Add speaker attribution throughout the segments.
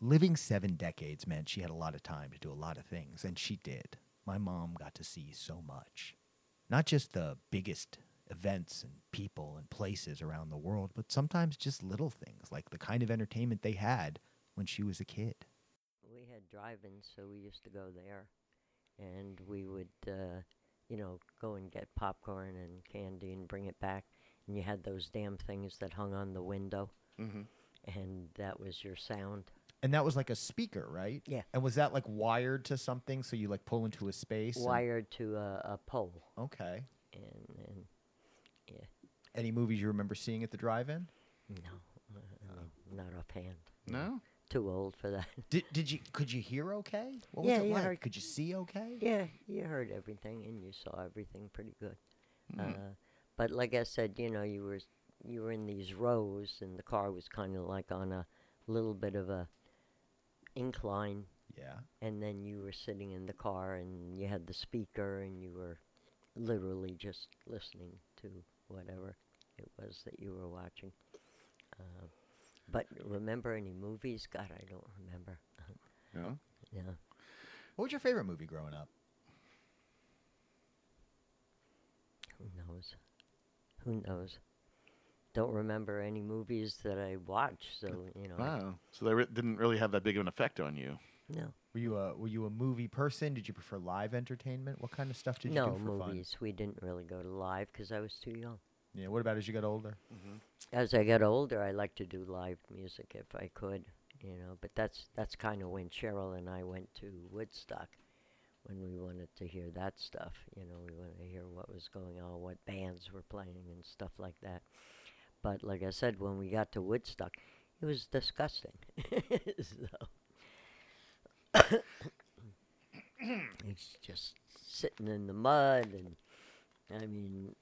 Speaker 1: living seven decades meant she had a lot of time to do a lot of things, and she did. My mom got to see so much. Not just the biggest events and people and places around the world, but sometimes just little things like the kind of entertainment they had when she was a kid.
Speaker 2: We had drive-ins, so we used to go there, and we would, uh, you know, go and get popcorn and candy and bring it back. And you had those damn things that hung on the window,
Speaker 3: Mm-hmm.
Speaker 2: and that was your sound.
Speaker 1: And that was like a speaker, right?
Speaker 2: Yeah.
Speaker 1: And was that like wired to something so you like pull into a space? and-
Speaker 2: Wired to a, a pole,
Speaker 1: okay.
Speaker 2: and, and yeah,
Speaker 1: Any movies you remember seeing at the drive-in?
Speaker 2: no, uh, I mean, not offhand.
Speaker 3: Oh. No.
Speaker 2: Too old for that.
Speaker 1: Did, did you could you hear okay? What was
Speaker 2: Yeah,
Speaker 1: it
Speaker 2: yeah, I
Speaker 1: like?
Speaker 2: heard-
Speaker 1: Could you see okay?
Speaker 2: Yeah, you heard everything and you saw everything pretty good. Uh, but like I said, you know, you were s- you were in these rows, and the car was kind of like on a little bit of a incline,
Speaker 1: Yeah.
Speaker 2: and then you were sitting in the car, and you had the speaker, and you were literally just listening to whatever it was that you were watching. Uh, but remember any movies? God, I don't remember.
Speaker 3: No.
Speaker 2: yeah.
Speaker 1: What was your favorite movie growing up?
Speaker 2: Who knows? Who knows? Don't remember any movies that I watched, so you know. I-
Speaker 3: Wow. So they re- didn't really have that big of an effect on you.
Speaker 2: No,
Speaker 1: Were you a were you a movie person? Did you prefer live entertainment? What kind of stuff did you
Speaker 2: no
Speaker 1: do for fun?
Speaker 2: movies. We didn't really go to live because I was too young.
Speaker 1: Yeah. What about as you got older?
Speaker 3: Mm-hmm.
Speaker 2: As I got older, I liked to do live music if I could, you know. But that's that's kind of when Cheryl and I went to Woodstock, when we wanted to hear that stuff. You know, we wanted to hear what was going on, what bands were playing, and stuff like that. But like I said, when we got to Woodstock, it was disgusting. so it's just sitting in the mud, and I mean,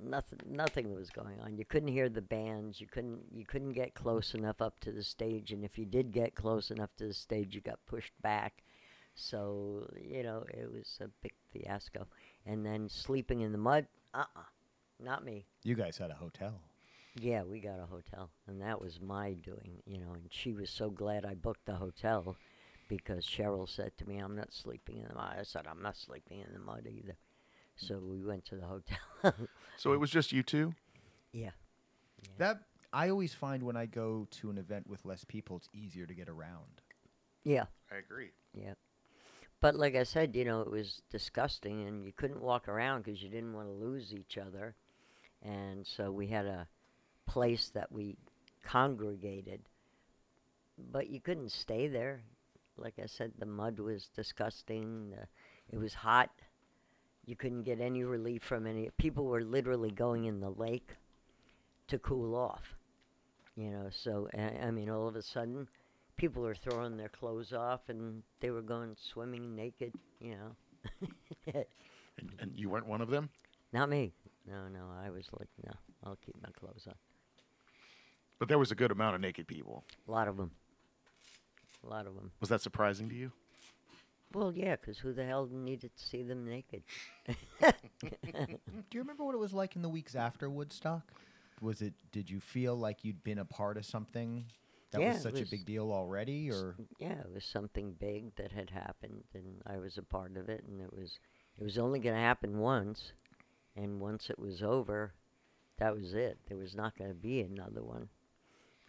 Speaker 2: nothing nothing was going on. You couldn't hear the bands. You couldn't you couldn't get close enough up to the stage, and if you did get close enough to the stage, you got pushed back. So you know it was a big fiasco. And then sleeping in the mud, uh uh not me.
Speaker 1: You guys had a hotel.
Speaker 2: Yeah, we got a hotel, and that was my doing, you know. And she was so glad I booked the hotel because Cheryl said to me, "I'm not sleeping in the mud." I said, "I'm not sleeping in the mud either." So we went to the hotel.
Speaker 3: So it was just you two.
Speaker 2: yeah.
Speaker 1: That I always find when I go to an event with less people, it's easier to get around.
Speaker 2: Yeah.
Speaker 3: I agree.
Speaker 2: Yeah. But like I said, you know, it was disgusting, and you couldn't walk around because you didn't want to lose each other. And so we had a place that we congregated, but you couldn't stay there. Like I said, the mud was disgusting, the, it was hot. You couldn't get any relief from any. People were literally going in the lake to cool off. You know, so, I, I mean, all of a sudden, people were throwing their clothes off and they were going swimming naked, you know.
Speaker 3: And, and you weren't one of them.
Speaker 2: Not me. No, no, I was like, no, I'll keep my clothes on.
Speaker 3: But there was a good amount of naked people.
Speaker 2: A lot of them. A lot of them.
Speaker 3: Was that surprising to you?
Speaker 2: Well, yeah, 'cause who the hell needed to see them naked?
Speaker 1: Mm, Do you remember what it was like in the weeks after Woodstock? Was it did you feel like you'd been a part of something that
Speaker 2: Yeah, it
Speaker 1: was such
Speaker 2: was-
Speaker 1: a big deal already or
Speaker 2: Yeah, it was something big that had happened, and I was a part of it, and it was, it was only going to happen once, and once it was over, that was it. There was not going to be another one,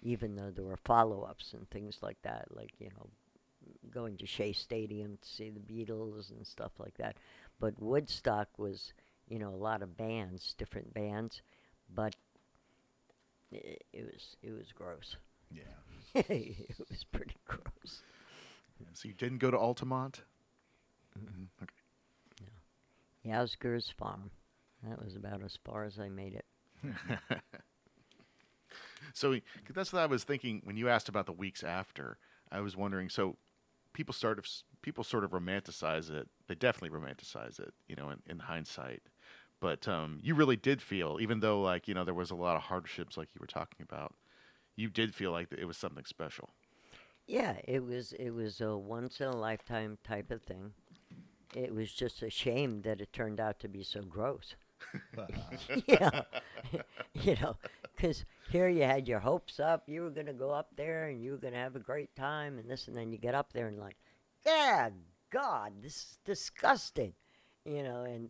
Speaker 2: even though there were follow-ups and things like that, like you know, going to Shea Stadium to see the Beatles and stuff like that. But Woodstock was, you know, a lot of bands, different bands, but it, it was it was gross.
Speaker 1: Yeah.
Speaker 2: it was pretty gross.
Speaker 3: So you didn't go to Altamont. Mhm. Okay.
Speaker 2: Yausger's Farm. That was about as far as I made it.
Speaker 3: So y- 'cause that's what I was thinking when you asked about the weeks after. I was wondering. So people sort of s- people sort of romanticize it. They definitely romanticize it. You know, in, in hindsight. But um, you really did feel, even though like you know there was a lot of hardships, like you were talking about. You did feel like it was something special.
Speaker 2: Yeah, it was it was a once in a lifetime type of thing. It was just a shame that it turned out to be so gross. yeah, you know, Because here you had your hopes up, you were going to go up there and you were going to have a great time and this, and then you get up there and like, yeah, God, this is disgusting, you know, and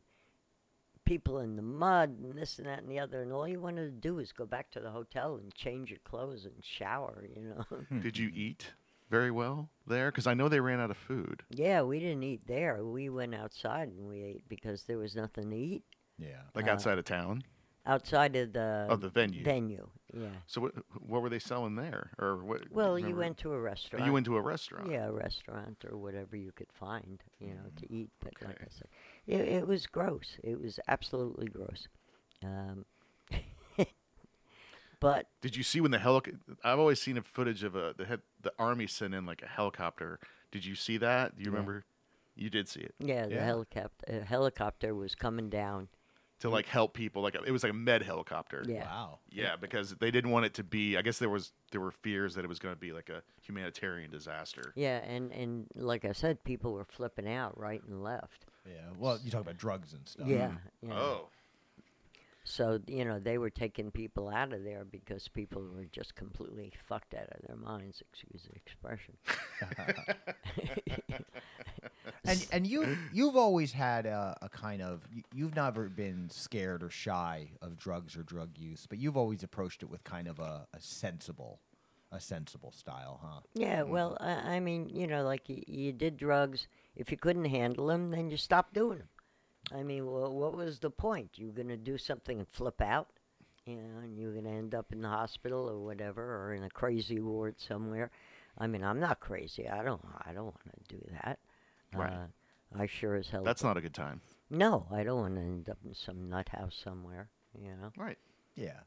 Speaker 2: people in the mud and this and that and the other, and all you wanted to do is go back to the hotel and change your clothes and shower, you know.
Speaker 3: Did you
Speaker 2: Mm-hmm.
Speaker 3: eat very well there? Because I know they ran out of food.
Speaker 2: yeah, we didn't eat there. We went outside and we ate because there was nothing to eat
Speaker 1: Yeah.
Speaker 3: Like
Speaker 2: Uh,
Speaker 3: outside of town,
Speaker 2: outside of the
Speaker 3: of the venue.
Speaker 2: venue. Yeah.
Speaker 3: So what, what were they selling there, or what? do
Speaker 2: Well, you
Speaker 3: remember?
Speaker 2: went to a restaurant.
Speaker 3: You went to a restaurant. Mm,
Speaker 2: Yeah, a restaurant or whatever you could find, you know, to eat. But like I
Speaker 3: okay.
Speaker 2: said, it, it was gross. It was absolutely gross. Um, but
Speaker 3: Did you see when the helicopter? I've always seen a footage of a the head, the army sent in like a helicopter. Did you see that? Do you
Speaker 2: Yeah.
Speaker 3: remember? You did see it
Speaker 2: yeah, the
Speaker 3: Yeah.
Speaker 2: helicopter uh, helicopter was coming down.
Speaker 3: to like help people. Like it was like a med helicopter.
Speaker 2: Yeah.
Speaker 1: Wow.
Speaker 3: Yeah, because they didn't want it to be. I guess there was there were fears that it was going to be like a humanitarian disaster.
Speaker 2: Yeah, and and like I said, people were flipping out right and left.
Speaker 1: Yeah. Well, you talk about drugs and stuff.
Speaker 2: Yeah. yeah.
Speaker 3: Oh,
Speaker 2: So you know they were taking people out of there because people were just completely fucked out of their minds. Excuse the expression.
Speaker 1: And and you you've always had a, a kind of you- you've never been scared or shy of drugs or drug use, but you've always approached it with kind of a, a sensible a sensible style, huh?
Speaker 2: Yeah,
Speaker 3: Mm-hmm.
Speaker 2: well, I, I mean, you know, like you, you did drugs. If you couldn't handle them, then you stopped doing them. I mean, well, what was the point? You were going to do something and flip out, you know, and you were going to end up in the hospital or whatever, or in a crazy ward somewhere. I mean, I'm not crazy. I don't. I don't want to do that.
Speaker 3: Right.
Speaker 2: Uh, I sure as hell.
Speaker 3: that's not a good time.
Speaker 2: no. I don't want to end up in some nut house somewhere. You know.
Speaker 3: Right.
Speaker 1: Yeah.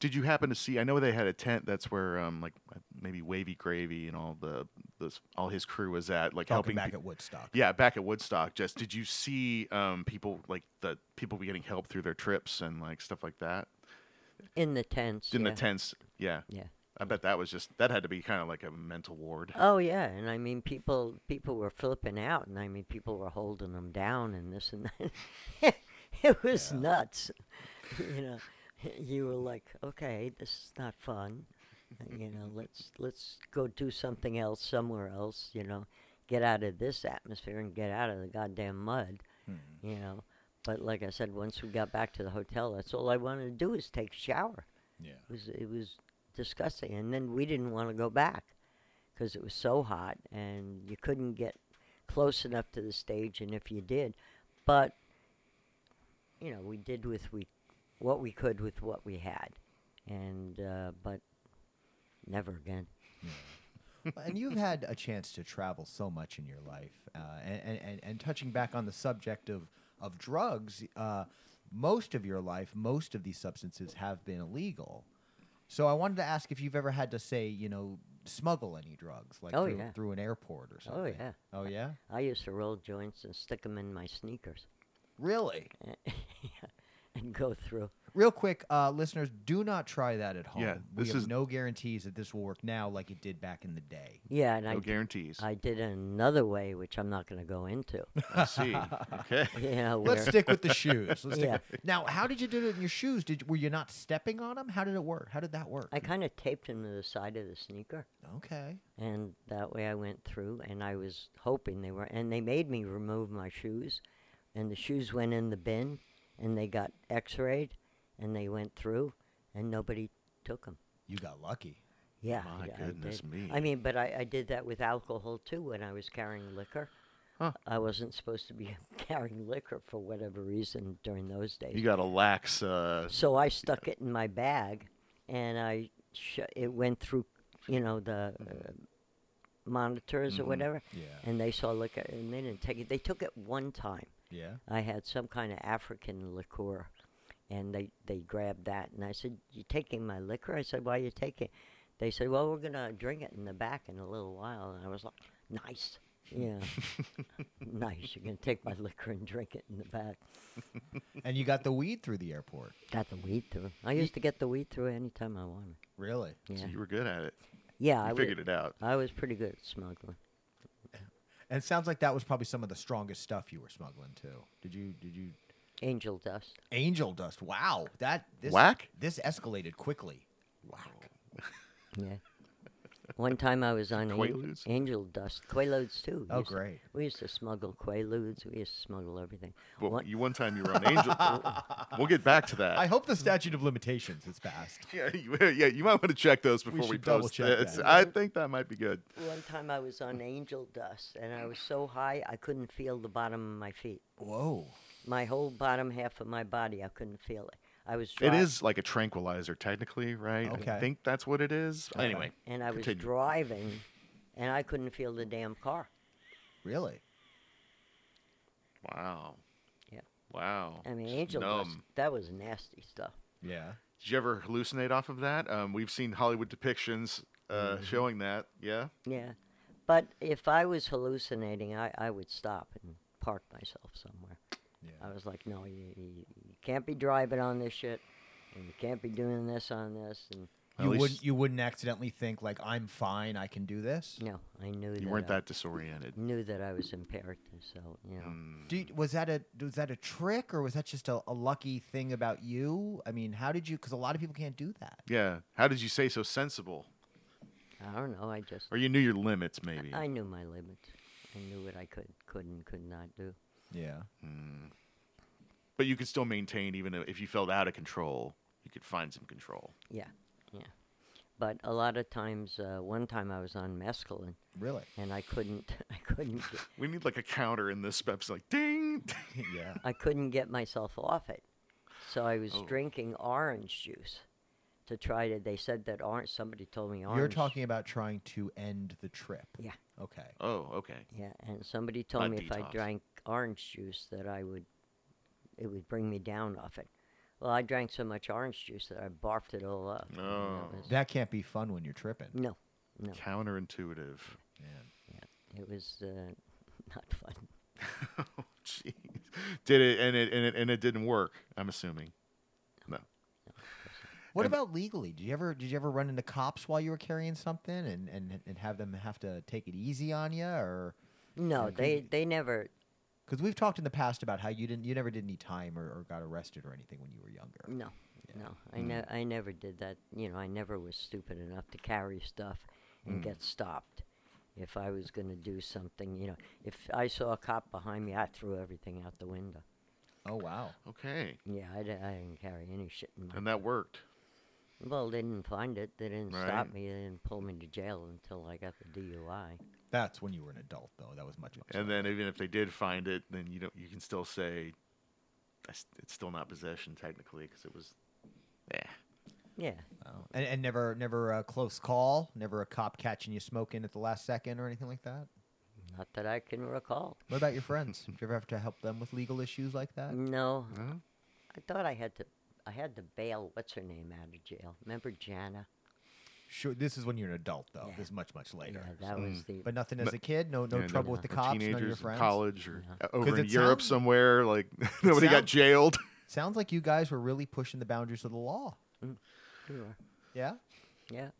Speaker 3: Did you happen to see? I know they had a tent. That's where, um, like maybe Wavy Gravy and all the this, all his crew was at, like
Speaker 1: Talking
Speaker 3: helping.
Speaker 1: back
Speaker 3: pe-
Speaker 1: at Woodstock.
Speaker 3: yeah, back at Woodstock. Just did you see um, people like the people be getting help through their trips and like stuff like that
Speaker 2: In the tents.
Speaker 3: in
Speaker 2: yeah.
Speaker 3: the tents? Yeah,
Speaker 2: Yeah.
Speaker 3: I bet that was just that had to be kind of like a mental ward.
Speaker 2: Oh yeah, and I mean people people were flipping out, and I mean people were holding them down, and this and that. it was
Speaker 1: Yeah.
Speaker 2: nuts. you know, you were like, okay, this is not fun. You know, let's let's go do something else somewhere else. You know, get out of this atmosphere and get out of the goddamn mud.
Speaker 1: Hmm.
Speaker 2: You know, but like I said, once we got back to the hotel, that's all I wanted to do is take a shower.
Speaker 1: Yeah.
Speaker 2: It was it was disgusting, and then we didn't want to go back because it was so hot, and you couldn't get close enough to the stage, and if you did, but you know we did with we what we could with what we had, and uh, but never again.
Speaker 1: Well, and you've had a chance to travel so much in your life, uh, and, and, and and touching back on the subject of of drugs, uh, most of your life, most of these substances have been illegal. So I wanted to ask if you've ever had to say, you know, smuggle any drugs, like
Speaker 2: Oh,
Speaker 1: through,
Speaker 2: yeah.
Speaker 1: through an airport or something.
Speaker 2: Oh yeah,
Speaker 1: Oh yeah.
Speaker 2: I used to roll joints and stick them in my sneakers
Speaker 1: Really?
Speaker 2: and go through.
Speaker 1: Real quick, uh, listeners, do not try that at home.
Speaker 3: Yeah,
Speaker 1: we
Speaker 3: this
Speaker 1: have
Speaker 3: is-
Speaker 1: no guarantees that this will work now, like it did back in the day.
Speaker 2: Yeah, and
Speaker 3: No
Speaker 2: I d-
Speaker 3: guarantees. I,
Speaker 2: I did it another way, which I'm not going to go into.
Speaker 3: see. Okay.
Speaker 2: you know, where,
Speaker 1: Let's stick with the shoes. Let's
Speaker 2: Yeah.
Speaker 1: stick with, now, how did you do it in your shoes? Did were you not stepping on them? How did it work? How did that work?
Speaker 2: I kind of taped him to the side of the sneaker,
Speaker 1: okay.
Speaker 2: and that way I went through, and I was hoping they were, and they made me remove my shoes, and the shoes went in the bin, and they got X-rayed, and they went through, and nobody took them.
Speaker 1: You got lucky.
Speaker 2: Yeah,
Speaker 3: My
Speaker 2: yeah, I
Speaker 3: goodness
Speaker 2: did.
Speaker 3: me.
Speaker 2: I mean, but I, I did that with alcohol too when I was carrying liquor.
Speaker 3: Huh.
Speaker 2: I wasn't supposed to be carrying liquor for whatever reason during those days.
Speaker 3: You got a lax. Uh,
Speaker 2: So I stuck it in my bag, and I sh- it went through, you know, the uh, monitors or
Speaker 3: Mhm.
Speaker 2: whatever,
Speaker 1: Yeah.
Speaker 2: and they saw liquor, and they didn't take it. They took it one time.
Speaker 1: Yeah.
Speaker 2: I had some kind of African liqueur, and they they grabbed that, and I said, "You taking my liquor?" I said, "Why are you taking?" it?" They said, "Well, we're gonna drink it in the back in a little while," and I was like, "Nice." Yeah, nice. You're gonna take my liquor and drink it in the back.
Speaker 1: And you got the weed through the airport.
Speaker 2: Got the weed through. I used to get the weed through anytime I wanted.
Speaker 1: Really?
Speaker 2: Yeah,
Speaker 3: So you were good at it.
Speaker 2: yeah.
Speaker 3: You
Speaker 2: I
Speaker 3: figured
Speaker 2: was,
Speaker 3: it out.
Speaker 2: I was pretty good at smuggling.
Speaker 1: And it sounds like that was probably some of the strongest stuff you were smuggling too. Did you? Did you?
Speaker 2: Angel dust.
Speaker 1: Angel dust. Wow, that this
Speaker 3: Whack?
Speaker 1: this escalated quickly.
Speaker 2: Yeah. One time I was on angel,
Speaker 3: Quaaludes?
Speaker 2: angel dust. Quaaludes too. We
Speaker 1: Oh,
Speaker 2: used to-
Speaker 1: great.
Speaker 2: we used to smuggle quaaludes. We used to smuggle everything.
Speaker 3: Well,
Speaker 2: One-
Speaker 3: you one time you were on Angel. we'll get back to that.
Speaker 1: I hope the statute of limitations is passed.
Speaker 3: yeah, you, yeah, you might want to check those before we,
Speaker 1: should double
Speaker 3: post
Speaker 1: check
Speaker 3: this.
Speaker 1: that.
Speaker 3: I think that might be good.
Speaker 2: One time I was on angel dust and I was so high I couldn't feel the bottom of my feet.
Speaker 1: Whoa.
Speaker 2: My whole bottom half of my body, I couldn't feel it. I was
Speaker 3: It
Speaker 2: dry,
Speaker 3: is like a tranquilizer, technically, right? I
Speaker 1: Okay.
Speaker 3: think that's what it is.
Speaker 1: Okay.
Speaker 3: Anyway,
Speaker 2: and I was
Speaker 3: continue.
Speaker 2: driving and I couldn't feel the damn car.
Speaker 1: Really?
Speaker 3: wow.
Speaker 2: Yeah.
Speaker 3: Wow.
Speaker 2: I mean,
Speaker 3: Just
Speaker 2: angel dust,
Speaker 3: numb.
Speaker 2: that was nasty stuff.
Speaker 1: Yeah.
Speaker 3: Did you ever hallucinate off of that? Um, we've seen Hollywood depictions uh, showing that. Yeah.
Speaker 2: Yeah. But if I was hallucinating, I, I would stop and park myself somewhere.
Speaker 1: Yeah.
Speaker 2: I was like, no, you, you, you can't be driving on this shit, and you can't be doing this on this, and
Speaker 3: At
Speaker 1: you
Speaker 3: least
Speaker 1: wouldn't you wouldn't accidentally think like I'm fine, I can do this?
Speaker 2: no, I knew
Speaker 3: You
Speaker 2: that
Speaker 3: weren't
Speaker 2: I
Speaker 3: that disoriented.
Speaker 2: knew that I was impaired, so you know,
Speaker 3: Mm.
Speaker 1: Do you- was that a was that a trick or was that just a, a lucky thing about you? I mean, how did you? Because a lot of people can't do that.
Speaker 3: Yeah. How did you say so sensible?
Speaker 2: I don't know, I just
Speaker 3: Or you knew your limits, maybe.
Speaker 2: Uh, I knew my limits, I knew what I could, could, and could not do.
Speaker 1: Yeah.
Speaker 3: but you could still maintain, even if you felt out of control, you could find some control.
Speaker 2: Yeah, yeah. But a lot of times, uh, one time I was on mescaline,
Speaker 1: Really?
Speaker 2: and I couldn't, I couldn't, get,
Speaker 3: We need like a counter in this. Pep's like ding. ding.
Speaker 1: yeah.
Speaker 2: I couldn't get myself off it. So I was
Speaker 3: Oh.
Speaker 2: drinking orange juice to try to. They said that orange. Somebody told me orange.
Speaker 1: You're talking about trying to end the trip.
Speaker 2: Yeah.
Speaker 1: Okay.
Speaker 3: Oh, okay.
Speaker 2: Yeah, and somebody told
Speaker 3: Not
Speaker 2: me if I
Speaker 3: detox.
Speaker 2: drank orange juice that I would, it would bring me down off it. Well, I drank so much orange juice that I barfed it all up. I mean, that
Speaker 3: No.
Speaker 2: was-
Speaker 1: That can't be fun when you're tripping.
Speaker 2: no, no,
Speaker 3: Counterintuitive.
Speaker 1: Man.
Speaker 2: it was uh, not fun.
Speaker 3: oh, jeez. Did it and it and it and it didn't work. I'm assuming. No.
Speaker 1: What
Speaker 3: And-
Speaker 1: about legally? Did you ever did you ever run into cops while you were carrying something and and, and have them have to take it easy on you or
Speaker 2: No,
Speaker 1: And
Speaker 2: they
Speaker 1: did-
Speaker 2: they never.
Speaker 1: because we've talked in the past about how you didn't you never did any time or, or got arrested or anything when you were younger.
Speaker 2: No, no,
Speaker 3: Mm.
Speaker 2: I ne- I never did that. You know, I never was stupid enough to carry stuff
Speaker 3: Mm.
Speaker 2: and get stopped. If I was going to do something, you know, if I saw a cop behind me, I threw everything out the window.
Speaker 1: Oh wow.
Speaker 3: Okay.
Speaker 2: Yeah, I, di- I didn't carry any shit in my
Speaker 3: And that worked.
Speaker 2: Well, they didn't find it. They didn't
Speaker 3: Right.
Speaker 2: stop me. They didn't pull me to jail until I got the DUI.
Speaker 1: That's when you were an adult though. That was much much.
Speaker 3: And then even if they did find it, then you don't. You can still say, "I s- it's still not possession technically because it was. eh." Yeah.
Speaker 2: Yeah.
Speaker 1: Oh. And, and never, never a close call, never a cop catching you smoking at the last second or anything like that.
Speaker 2: Mm-hmm. Not that I can recall.
Speaker 1: What about your friends? Did you ever have to help them with legal issues like that?
Speaker 2: No.
Speaker 3: No?
Speaker 2: I thought I had to. I had to bail. What's her name out of jail? Remember Jana?
Speaker 1: Sure. This is when you're an adult, though.
Speaker 2: Yeah.
Speaker 1: This is much, much later.
Speaker 2: Yeah, that was the.
Speaker 1: but nothing as
Speaker 3: No-
Speaker 1: a kid. No, no
Speaker 3: Yeah, no-
Speaker 1: trouble with the
Speaker 3: Or
Speaker 1: cops. None of your
Speaker 3: teenagers in
Speaker 1: friends.
Speaker 3: college or
Speaker 2: No.
Speaker 3: uh, over
Speaker 1: 'Cause
Speaker 3: in
Speaker 1: it
Speaker 3: Europe
Speaker 1: sounds-
Speaker 3: somewhere. Like nobody got
Speaker 1: sound-
Speaker 3: jailed.
Speaker 1: Sounds like you guys were really pushing the boundaries of the law.
Speaker 2: we were-
Speaker 1: Yeah.
Speaker 2: Yeah,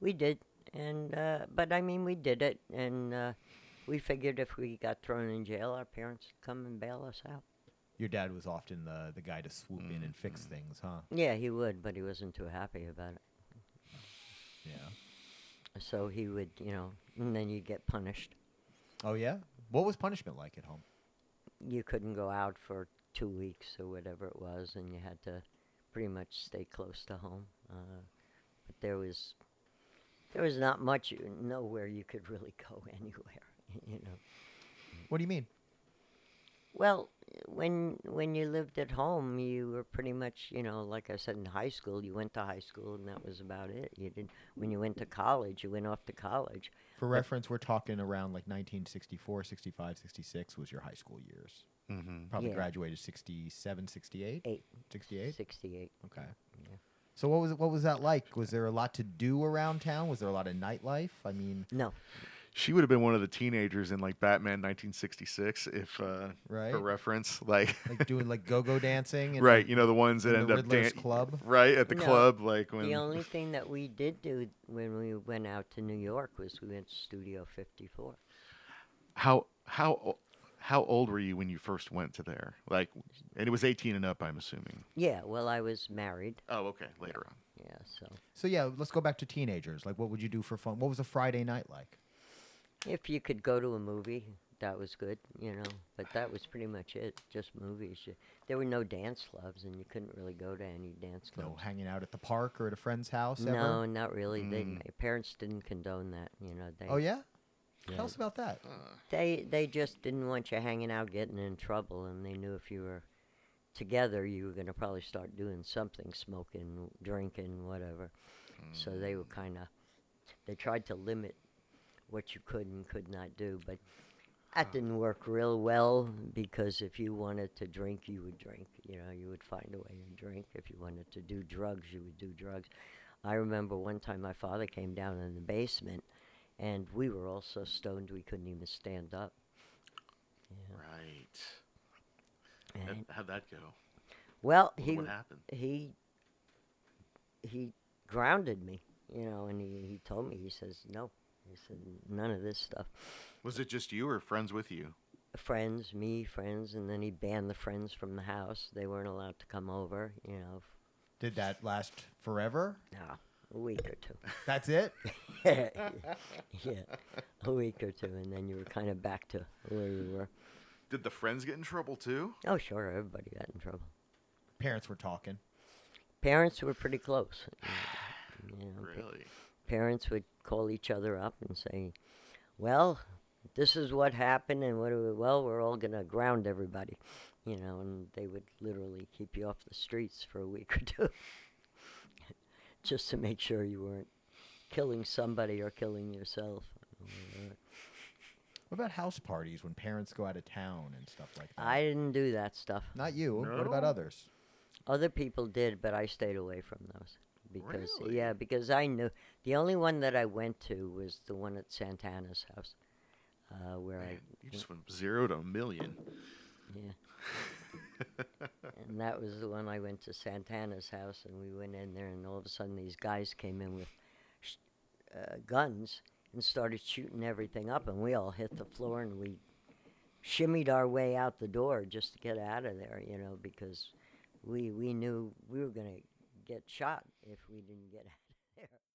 Speaker 2: we did, and uh, but I mean, we did it, and uh, we figured if we got thrown in jail, our parents would come and bail us out.
Speaker 1: Your dad was often the the guy to swoop in and fix things, huh?
Speaker 2: Yeah, he would, but he wasn't too happy about it.
Speaker 1: Yeah.
Speaker 2: So he would, you know, and then you'd get punished.
Speaker 1: Oh yeah. What was punishment like at home?
Speaker 2: You couldn't go out for two weeks or whatever it was, and you had to pretty much stay close to home. Uh, but there was there was not much you- nowhere you could really go anywhere, you know.
Speaker 1: What do you mean?
Speaker 2: Well, when when you lived at home, you were pretty much, you know, like I said in high school, you went to high school and that was about it. You did when you went to college, you went off to college.
Speaker 1: For reference, we're talking around like 1964, 65, 66 was your high school years.
Speaker 3: mm-hmm.
Speaker 1: Probably
Speaker 2: Yeah.
Speaker 1: graduated 67, 68?
Speaker 2: Eight,
Speaker 1: 68?
Speaker 2: 68.
Speaker 1: Okay.
Speaker 2: Yeah.
Speaker 1: So what was it, what was that like? Was there a lot to do around town? Was there a lot of nightlife? I mean,
Speaker 2: No,
Speaker 3: She would have been one of the teenagers in like Batman 1966, if uh,
Speaker 1: Right.
Speaker 3: for reference, like,
Speaker 1: like doing like go-go dancing and
Speaker 3: right, you know the ones that
Speaker 1: in
Speaker 3: end
Speaker 1: the
Speaker 3: up
Speaker 1: Riddler's
Speaker 3: dan-
Speaker 1: club?
Speaker 3: right at the
Speaker 2: No.
Speaker 3: club, like when
Speaker 2: the only thing that we did do when we went out to New York was we went to Studio 54.
Speaker 3: how how how old were you when you first went to there? Like, and it was 18 and up, I'm assuming.
Speaker 2: Yeah, well, I was married.
Speaker 3: Oh, okay, later on.
Speaker 2: Yeah, so
Speaker 1: So yeah, let's go back to teenagers. Like, what would you do for fun? What was a Friday night like?
Speaker 2: if you could go to a movie, that was good, you know. But that was pretty much it, just movies. You- There were no dance clubs, and you couldn't really go to any dance
Speaker 1: No,
Speaker 2: clubs.
Speaker 1: hanging out at the park or at a friend's house. Ever? Hmm.
Speaker 2: No, not really. They,
Speaker 3: Mm.
Speaker 2: my parents didn't condone that, you know. They,
Speaker 1: Oh yeah.
Speaker 2: Yeah.
Speaker 1: Tell us about that.
Speaker 2: They they just didn't want you hanging out, getting in trouble, and they knew if you were together, you were going to probably start doing something, smoking, drinking, whatever. So they were kind of they tried to limit what you could and could not do, but that didn't work real well because if you wanted to drink, you would drink. You know, you would find a way to drink. If you wanted to do drugs, you would do drugs. I remember one time my father came down in the basement and we were all so stoned we couldn't even stand up.
Speaker 3: Right.
Speaker 2: And,
Speaker 3: How'd that go?
Speaker 2: well,
Speaker 3: What,
Speaker 2: he
Speaker 3: what happened?
Speaker 2: he he grounded me, you know, and he, he told me he says no, he said none of this stuff.
Speaker 3: Was it just you or friends with you?
Speaker 2: Friends, me, friends, and then he banned the friends from the house. They weren't allowed to come over, you know, f-
Speaker 1: Did that last forever?
Speaker 2: no, a week or two.
Speaker 1: That's it.
Speaker 2: yeah, a week or two, and then you were kind of back to where you were.
Speaker 3: Did the friends get in trouble too?
Speaker 2: Oh, sure, everybody got in trouble.
Speaker 1: Parents were talking.
Speaker 2: Parents were pretty close. You know, you know, pa-
Speaker 3: Really?
Speaker 2: parents would call each other up and say, "Well, this is what happened, and what do we, well, we're all gonna ground everybody," you know, and they would literally keep you off the streets for a week or two, just to make sure you weren't killing somebody or killing yourself.
Speaker 1: What about house parties when parents go out of town and stuff like that?
Speaker 2: I didn't do that stuff.
Speaker 1: Not you. What about
Speaker 3: No?
Speaker 1: others?
Speaker 2: Other people did, but I stayed away from those because
Speaker 3: Really?
Speaker 2: yeah, because I knew the only one that I went to was the one at Santana's house, uh, where I
Speaker 3: Man, you just went zero to a million.
Speaker 2: Yeah. and that was the one I went to Santana's house, and we went in there, and all of a sudden these guys came in with sh- uh, guns and started shooting everything up, and we all hit the floor, and we shimmied our way out the door just to get out of there, you know, because we we knew we were gonna get shot if we didn't get